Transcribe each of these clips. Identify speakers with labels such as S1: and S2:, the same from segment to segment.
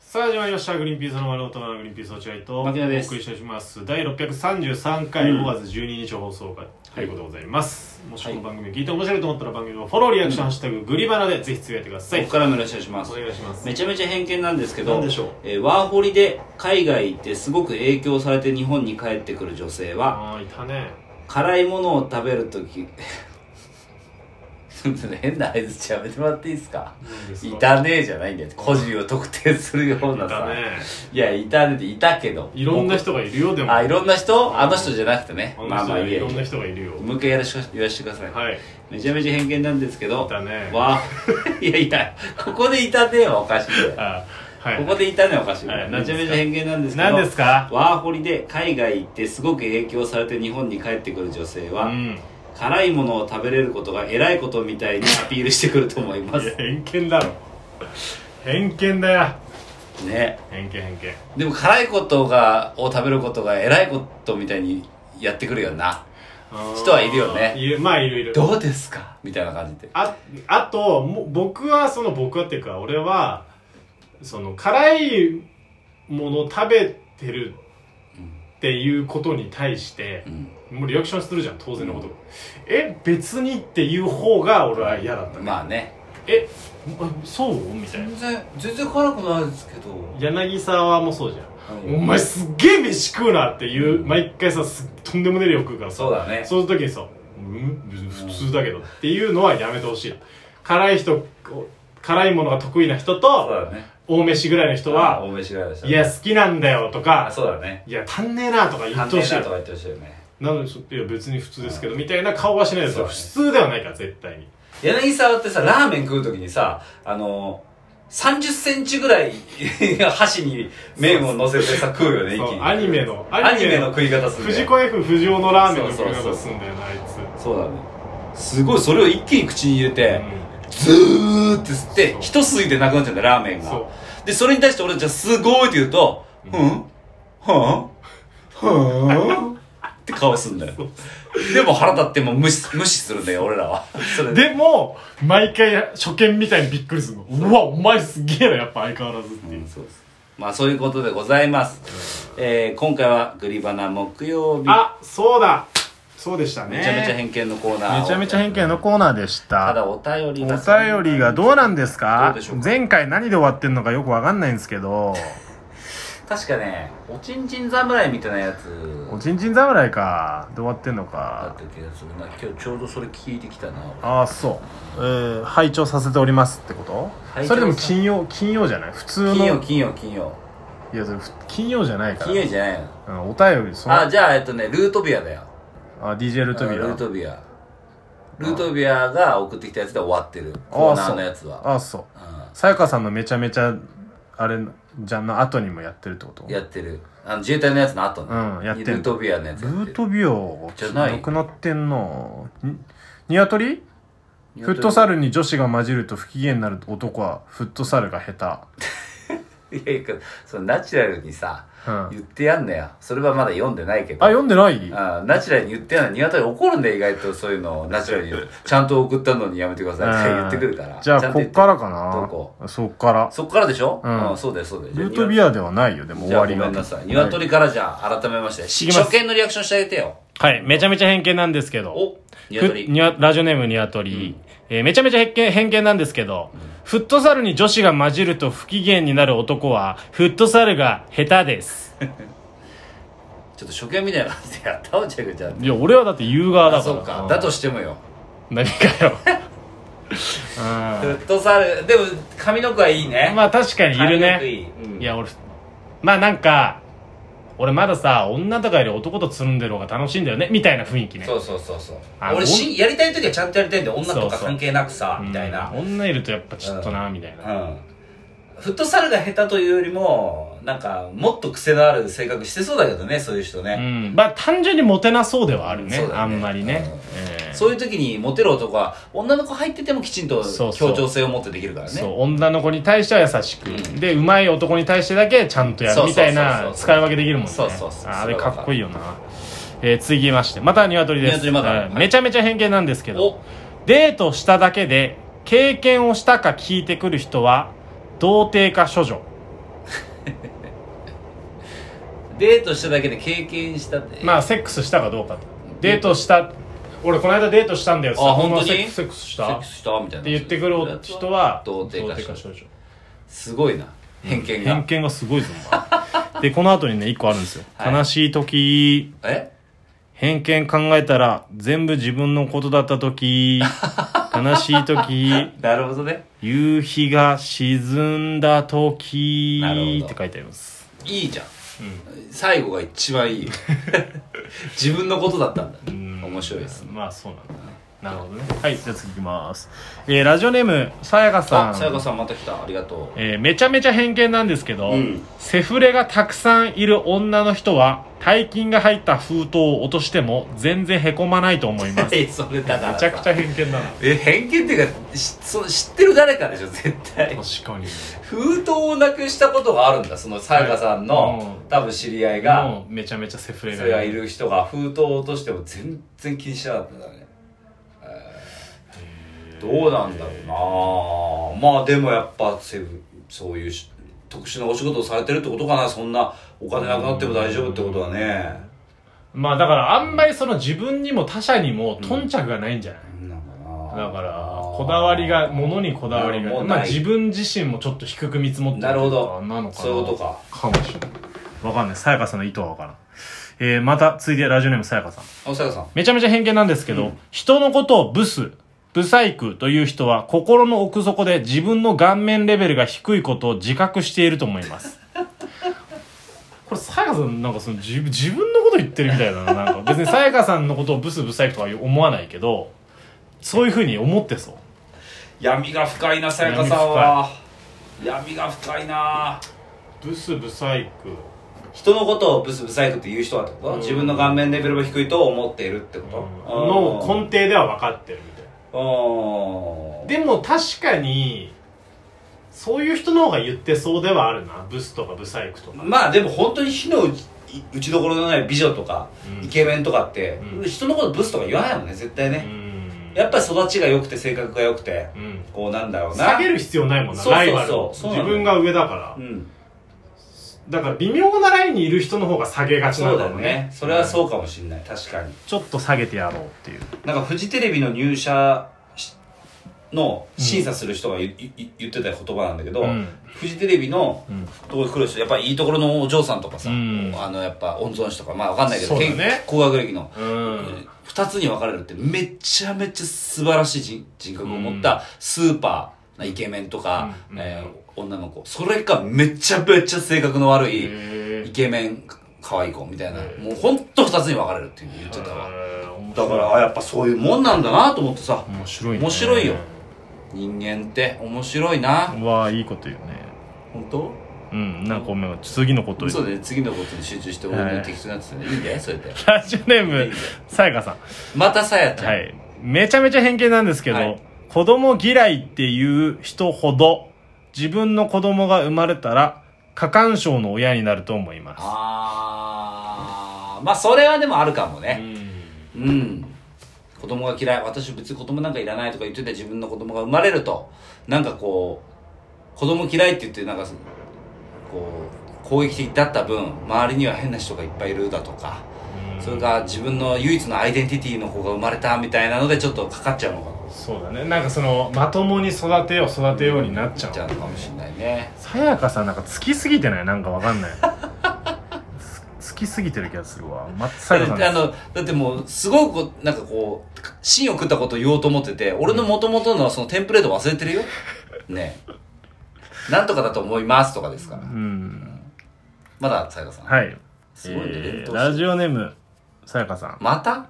S1: さあ始まりました「グリーンピースの丸太のグリーンピース落合」とお
S2: 牧
S1: 送
S2: 野
S1: り
S2: です
S1: しております第633回
S2: うん
S1: 5月12日放送回ということでございます、もしこの番組聞いて面白いと思ったら番組のフォローリアクション「ハッシュタググリバナ」でぜひつぶやいてください、
S2: ここからもよろしくお願いします
S1: お願いします
S2: めちゃめちゃ偏見なんですけど
S1: なんでしょう
S2: えーワーホリで海外行ってすごく影響されて日本に帰ってくる女性は
S1: ああいたね
S2: 辛いものを食べるときちょっと 変な合図ちやめてもらっていいですか
S1: 何です
S2: い
S1: か
S2: たねえじゃないんだよ個人を特定するようない
S1: た
S2: さ
S1: ね
S2: いやいたねっていたけど
S1: いろんな人がいるよでも
S2: あいろんな人あの人じゃなくてね
S1: あの人
S2: まあまあいい
S1: い
S2: や
S1: ろんな人がいるよ
S2: もう一回やらしく言わせてください、
S1: はい
S2: めちゃめちゃ偏見なんですけど
S1: いたね
S2: わ あいやいやここでいたねはおかしいよ
S1: あは
S2: こ
S1: い
S2: こでいたねはおかしいよ、
S1: はい
S2: めちゃめちゃ偏見なんですけど
S1: 何ですか
S2: ワーホリで海外行ってすごく影響されて日本に帰ってくる女性
S1: う
S2: は、
S1: ん
S2: 辛いものを食べれることが偉いことみたいにアピールしてくると思いま
S1: いや
S2: す
S1: 偏見だろ偏見だよ
S2: ね
S1: 偏見偏見
S2: でも辛いことがを食べることが偉いことみたいにやってくるよな人はいるよね
S1: いるまあいるいる
S2: どうですかみたいな感じで
S1: ああとも僕はその僕はっていうか俺はその辛いものを食べてるっていうことに対して
S2: う、ん
S1: もうリアクションするじゃん当然のこと、え別にっていう方が俺は嫌だったね、
S2: まあね
S1: えあそうみたいな
S2: 然全然辛くないですけど
S1: 柳沢もそうじゃん、
S2: うん
S1: お前すっげえ飯食うなっていう、毎回さすとんでもねえ量食うからさ
S2: そうだね
S1: その時にさ「うん別に普通だけど」っていうのはやめてほしい辛い人辛いものが得意な人と
S2: そうだね
S1: 大飯ぐらいの人は
S2: 大飯がで
S1: 「
S2: した
S1: いや好きなんだよ」と
S2: あ
S1: か
S2: そうだね
S1: 「いや足んねえな」とか言
S2: 半
S1: ってほ
S2: 年
S1: しい
S2: だとか言ってほしいよね
S1: なのにそいや別に普通ですけどみたいな顔はしないですよ、
S2: そうだ
S1: 普
S2: ね
S1: 通ではないから絶対に
S2: 柳沢ってさラーメン食う時にさあのー、3 0センチぐらい箸に麺を乗せてさ食うよね一
S1: そう
S2: 気に
S1: アニメの
S2: アニメの食い方するね
S1: 藤子 F 不二雄のラーメンの
S2: そ
S1: 食いう
S2: そうそう
S1: 方すんだよなあいつ
S2: そうだねすごいそれを一気に口に入れて、
S1: う
S2: ずーって吸っ
S1: そ
S2: て
S1: う
S2: 一吸いでなくなっちゃうんだよラーメン
S1: ん
S2: が
S1: そう
S2: でそれに対して俺じゃあすごいって言うと「うんはあはあ」って顔すんだよでも腹立ってもう無視無視するんだよ俺らはそれで
S1: でも、毎回初見みたいにびっくりするの。うわ、お前すげえな、やっぱ相変わらずっていう。
S2: そうですまあそういうことでございます、えー今回は「グリバナ木曜日」
S1: あ、そうだそうでしたね。
S2: めちゃめちゃ偏見のコーナー
S1: めちゃめちゃ偏見のコーナーでしたた。
S2: だお便り
S1: お
S2: が
S1: 便りがどうなんですか
S2: どうでしょうか
S1: 前回何で終わってんのかよくわかんないんですけど、
S2: 確かねおちんちん侍みたいなやつ
S1: おちんちん侍か、で終わってんの
S2: だ
S1: か
S2: っ。た気がするな今日ちょうどそれ聞いてきたな
S1: ああ、そう。えー、拝聴させておりますってこと
S2: 拝聴
S1: それでも金曜、金曜じゃない普通の。
S2: 金曜金曜金曜
S1: いや、それふ金曜じゃないから。
S2: 金曜じゃないの
S1: うんお便り、その、
S2: あじゃあえっとねルートビアだよ
S1: あ、DJ ルートビーだ。
S2: ルートビアルートビアが送ってきたやつで終わってるコーナーのやつは
S1: あそう
S2: うん
S1: さやかさんのめちゃめちゃあれじゃの後にもやってるってこと
S2: やってるあの自衛隊のやつの後ね
S1: うんやってる
S2: ルートビアのやつ
S1: ル
S2: やってる
S1: ートビオ
S2: じゃない
S1: くなってんなにニワトリフットサルに女子が混じると不機嫌になる男はフットサルが下
S2: いやいやそのナチュラルにさ
S1: 手、うん、あ
S2: 言ってやんのよそれはまだ読んでないけど
S1: 読んでない
S2: あナチュラルに言ってやんのニワトリ怒るんだよ意外とそういうのをナチュラルに言うちゃんと送ったのにやめてくださいって
S1: うん
S2: 言ってくるから
S1: じゃ
S2: ち
S1: あ
S2: んと
S1: こ
S2: 言
S1: ってからか
S2: ど
S1: な
S2: こ
S1: そっから
S2: そっからでしょ
S1: うん
S2: うんそうだよそうだよ
S1: ルートビ
S2: ア
S1: アではないよでも
S2: じ
S1: 終
S2: ゃあ
S1: わ
S2: ごめ
S1: り
S2: ん
S1: が
S2: なさいニワトリからじゃあ改めまして
S1: きます
S2: 初見のリアクションしてあげてよ
S1: はい、めちゃめちゃ偏見なんですけど
S2: おニワトリ
S1: ふにわラジオネームニワトリ、えーめちゃめちゃ偏見偏見なんですけど、フットサルに女子が混じると不機嫌になる男はフットサルが下手です
S2: ちょっと初見みたいな感じでやったおちゃくちゃん
S1: いや俺はだって言う側だ
S2: あ
S1: か
S2: そ
S1: ら
S2: うかだとしてもよ
S1: 何かよ
S2: フットサルでも髪の毛はいいね
S1: うんまあ確かにいる
S2: 髪の毛い
S1: ね
S2: いうん
S1: いや俺まあなんか俺まださ女とかより男とつるんでる方が楽しいんだよねみたいな雰囲気ね
S2: そうそうそうそう
S1: あ
S2: 俺しやりたい時はちゃんとやりたいんだよ女
S1: そ
S2: と
S1: う
S2: か
S1: そう
S2: 関係なくさ
S1: うん
S2: みたいな
S1: 女いるとやっぱちょっとな、みたいな
S2: うんフットサルが下手というよりもなんかもっと癖のある性格してそうだけどねそういう人
S1: う
S2: ね、
S1: んまあ単純にモテなそうではあるね,、
S2: そうだね
S1: あんまりね、ええ
S2: そういう時にモテる男は女の子入っててもきちんと
S1: そうそう
S2: 協調性を持ってできるからね
S1: そう女の子に対しては優しく、
S2: うん
S1: でうまい男に対してだけちゃんとやる
S2: そう
S1: み
S2: そうそう
S1: た
S2: そう
S1: いな使い分けできるもんね
S2: そうそうそう
S1: ああれかっこいいよな、えー、次ましてまた鶏です
S2: 鶏まだ
S1: はい
S2: はい
S1: めちゃめちゃ偏見なんですけど
S2: お
S1: デートしただけで経験をしたか聞いてくる人は童貞か処女
S2: デートしただけで経験したって
S1: まあセックスしたかどうかとデートした俺この間デートしたんだよ
S2: あ本当に
S1: セックスセックスし
S2: セッ
S1: た
S2: ク
S1: っ
S2: スしたみたいな
S1: て言ってくる人は
S2: 童貞か
S1: か
S2: 少
S1: 少
S2: 女
S1: 女
S2: すごいな偏見が
S1: 偏見がすごいぞお前でこの後にね一個あるんですよ、
S2: はい
S1: 悲しい時
S2: え
S1: 偏見考えたら全部自分のことだった時 悲しい時
S2: なるほどね
S1: 夕日が沈んだ時
S2: なるほど
S1: って書いてあります
S2: いいじゃん、最後が一番 いいよ自分のことだったんだ面白いです
S1: まあそうなんだねなるほどねはいじゃあ次いきます、えーラジオネームさやかさ
S2: あ
S1: ん
S2: さやかさんまた来たありがとう
S1: えーめちゃめちゃ偏見なんですけど、
S2: うん
S1: セフレがたくさんいる女の人は大金が入った封筒を落としても全然へこまないと思います
S2: えそれだから
S1: めちゃくち
S2: ゃ
S1: ゃ偏見だな
S2: え偏見っていうかしその知ってる誰かでしょ絶対
S1: 確かに
S2: 封筒をなくしたことがあるんだそのさやかさんの、
S1: うん
S2: 多分知り合いが、
S1: もうめちゃめちゃセフレ
S2: そ
S1: が
S2: れがいる人が封筒を落としても全然気にしなかったんだね、えーどうなんだろうなまあでもやっぱセブそういうし特殊なお仕事をされてるってことかなそんなお金なくなっても大丈夫ってことはね
S1: まあだからあんまりその自分にも他者にも頓着がないんじゃない、
S2: なんかな
S1: だからこだわりが物にこだわり
S2: なるほ
S1: が
S2: ど
S1: まあ
S2: ない
S1: 自分自身もちょっと低く見積もって
S2: なるほど
S1: なのかな
S2: そういうことか
S1: かもしれないわかんないさやかさんの意図はわからんえー、また続いてラジオネームさやかさん
S2: あさやかさん
S1: めちゃめちゃ偏見なんですけど、人のことをブス、ブサイクという人は心の奥底で自分の顔面レベルが低いことを自覚していると思います。 これ、さやかさん、なんかその自自分のこと言ってるみたいだな。なんか別にさやかさんのことをブス、ブサイクとは思わないけど、そういうふうに思ってそう。
S2: 闇が深いなさやかさんは闇が深いな
S1: ブス、ブサイク。
S2: 人のことをブスブサイクって言う人はってこと、
S1: うん
S2: 自分の顔面レベルも低いと思っているってこと、
S1: 底では分かってるみたいな。
S2: うん
S1: でも確かに、そういう人の方が言ってそうではあるな。ブスとかブサイクとか。
S2: まあでも本当に火の打ち打ちどころのない美女とか、
S1: うん
S2: イケメンとかって、
S1: うん
S2: 人のことブスとか言わないもんね絶対
S1: う
S2: ね、
S1: ん
S2: やっぱり育ちが良くて性格が良くて
S1: うん
S2: こうなんだろうな
S1: 下げる必要ないもんな
S2: そうそ
S1: ラ
S2: うそう
S1: イバルを
S2: そうなの
S1: 自分が上だから
S2: うん
S1: だから微妙なラインにいる人の方が下げがちな
S2: そ
S1: の
S2: うだ
S1: か
S2: よ
S1: も
S2: ね
S1: ね
S2: それは
S1: うん
S2: そうかもしれない確かに
S1: ちょっと下げてやろうっていう
S2: なんかフジテレビの入社しの審査する人が言,い、い言ってた言葉なんだけど、
S1: うん
S2: フジテレビの
S1: うん
S2: ところに来る人やっぱいいところのお嬢さんとかさ、
S1: うん
S2: あのやっぱ温存士とかまあわかんないけど、
S1: そうだね
S2: け高学歴の、
S1: うん
S2: 2つに分かれるってめちゃめちゃ素晴らしい人人格を持ったスーパーなイケメンとか、
S1: うん
S2: えー女の子それかめちゃめちゃ性格の悪い
S1: へ
S2: イ
S1: ー
S2: ケメン可愛い子みたいな
S1: へー
S2: もうほんと2つに分かれるって言ってたわ
S1: へー面白
S2: だ
S1: い
S2: からあやっぱそういうもんなんだなと思ってさ
S1: 面白いね
S2: 面白いよ人間って面白いな
S1: うわあいいこと言うね
S2: 本当
S1: うんなんかごめん次のこと言
S2: そう
S1: う
S2: だね次のことに集中して俺の適当なやつねいいんだよそれで
S1: ラジオネームさやかさん
S2: またさやちゃん、
S1: はい。めちゃめちゃ偏見なんですけど、
S2: はい
S1: 子供嫌いっていう人ほど、自分の子供が生まれたら、過干渉の親になると思います。
S2: あーまあそれはでもあるかもね、うん子供が嫌い私別に子供なんかいらないとか言ってて自分の子供が生まれるとなんかこう子供嫌いって言ってなんかそこう攻撃的だった分周りには変な人がいっぱいいるだとかそれが自分の唯一のアイデンティティの子が生まれたみたいなのでちょっとかかっちゃうのかな
S1: そうだね。なんかその、まともに育てよう育てようになっちゃ
S2: ちゃう
S1: う。
S2: のかもしれないね
S1: さやかさんなんかつきすぎてないなんかわかんない。 つきすぎてる気がするわ。ま、さ
S2: だ
S1: や
S2: っ
S1: かさん
S2: て
S1: で
S2: あ
S1: す。
S2: のだってもうすごくこうなんかこう芯を食ったことを言おうと思ってて俺の元々のそのテンプレート忘れてるよねえなんとかだと思いますとかですから
S1: うん。
S2: まださやかさん、
S1: はい。
S2: すごいね、
S1: え
S2: 連
S1: ー
S2: 投
S1: ラ
S2: して
S1: ジオネーム、さやかさん。
S2: また、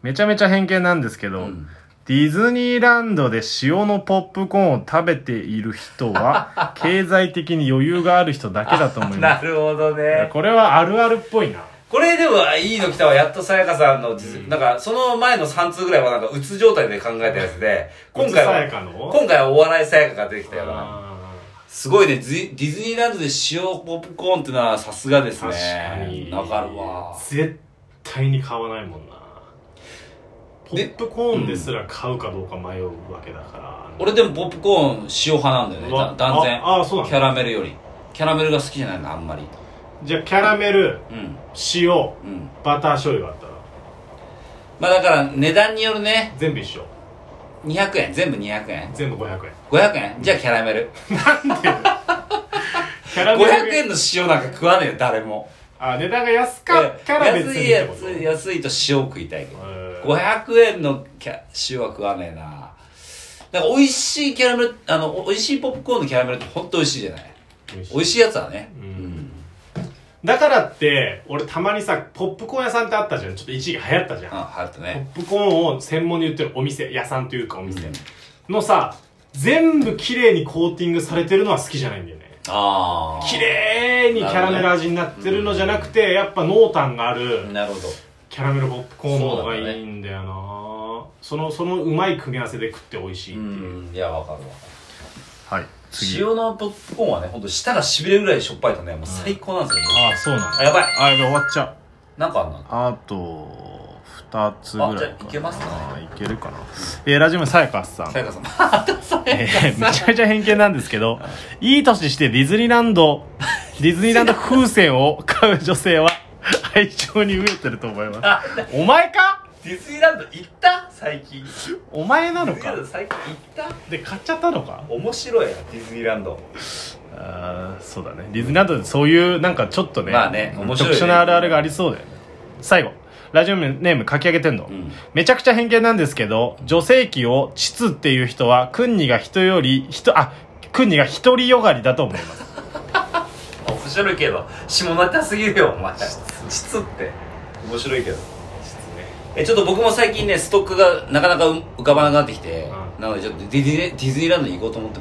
S1: めちゃめちゃ偏見なんですけ
S2: う
S1: ど、
S2: ん、
S1: ディズニーランドで塩のポップコーンを食べている人 は、経済的に余裕がある人だけだと思いま
S2: な
S1: す。
S2: るほどね
S1: これはあるあるっぽいな。
S2: これでもいいの来たわやっとさやかさんの実、なんかその前の3通ぐらいはなんかうつ状態で考えたやつで今回
S1: さや
S2: は
S1: かの
S2: 今回はお笑いさやかが出てきたよな
S1: あ
S2: すごいねディディズニーランドで塩ポップコーンってのはさすがで
S1: ー
S2: す
S1: 確か
S2: ね
S1: に。
S2: わかるわ
S1: 絶対に買わないもんな。ポップコーンですら買うかどうか迷うわけだから。
S2: 俺でもポップコーン塩派なんだよね
S1: うわ
S2: だ断然
S1: ああそうなん
S2: キ
S1: だ
S2: ャラメルよりキャラメルが好きじゃないのあんまり
S1: じゃあキャラメル
S2: うん
S1: 塩
S2: うん
S1: バター醤油があったら
S2: まあだから値段によるね
S1: 全部一緒
S2: 200円全部200円
S1: 全部500円
S2: 500円じゃあキャラメル
S1: キャラメル
S2: 500円の塩なんか食わねえよ誰も
S1: あ値段が安かキャラ別
S2: 安
S1: に
S2: い
S1: ってこと
S2: 安い安いと塩食いたいけど
S1: えー
S2: 500円のキャ塩は食わねえなだから美味しいキャラメルあの美味しいポップコーンのキャラメルって本当美味しいじゃない
S1: 美味しい
S2: 美味しいやつはね
S1: う
S2: うんん、
S1: だからって俺たまにさポップコーン屋さんってあったじゃんちょっと一時期流行ったじゃん
S2: あはっとね
S1: ポップコーンを専門に売ってるお店屋さんというかお店のさ全部綺麗にコーティングされてるのは好きじゃないんだよね
S2: ああ
S1: 綺麗にキャラメル味になってるのじゃなくてやっぱ濃淡がある
S2: なるほど
S1: キャラメルポップコーンの方がいいんだよなそ,、のそのうまい組み合わせで食って美味しいっ
S2: う
S1: ていう、
S2: んいやわかるわ
S1: はい
S2: 塩のポップコーンはねほんと舌がしびれるぐらいしょっぱいとねもう最高なんですよ、
S1: ああそうなん
S2: あやばい
S1: あやばい終わっちゃう
S2: なんかあんの
S1: あと2つ
S2: ぐらいかなあじゃあいけますかね
S1: いけるかな、えーラジオネームさやかさん
S2: さやかさん
S1: えーめちゃめちゃ偏見なんですけどいい年してディズニーランドディズニーランド風船を買う女性は愛情に飢えてると思います
S2: あ
S1: お前か
S2: ディズニーランド行った最近
S1: お前なの
S2: ディズニーランド
S1: か
S2: 最近行っ
S1: で買っちゃったのか
S2: た面白いなディズニーランド
S1: あーそうだねディズニーランドでそういうなんかちょっとね,、
S2: まあね面白い
S1: 特
S2: ね
S1: 殊なあるあるがありそうだよね最後ラジオネーム書き上げてんの、
S2: ん
S1: めちゃくちゃ偏見なんですけど女性器を膣っていう人はクンニが人より人あクンニが独りよがりだと思います
S2: 面白いけど下ネタすぎるよお前質って面白いけどえちょっと僕も最近ねストックがなかなかう浮かばなくなってきて、
S1: う
S2: なのでちょっとディディディズニーランドに行こうと思って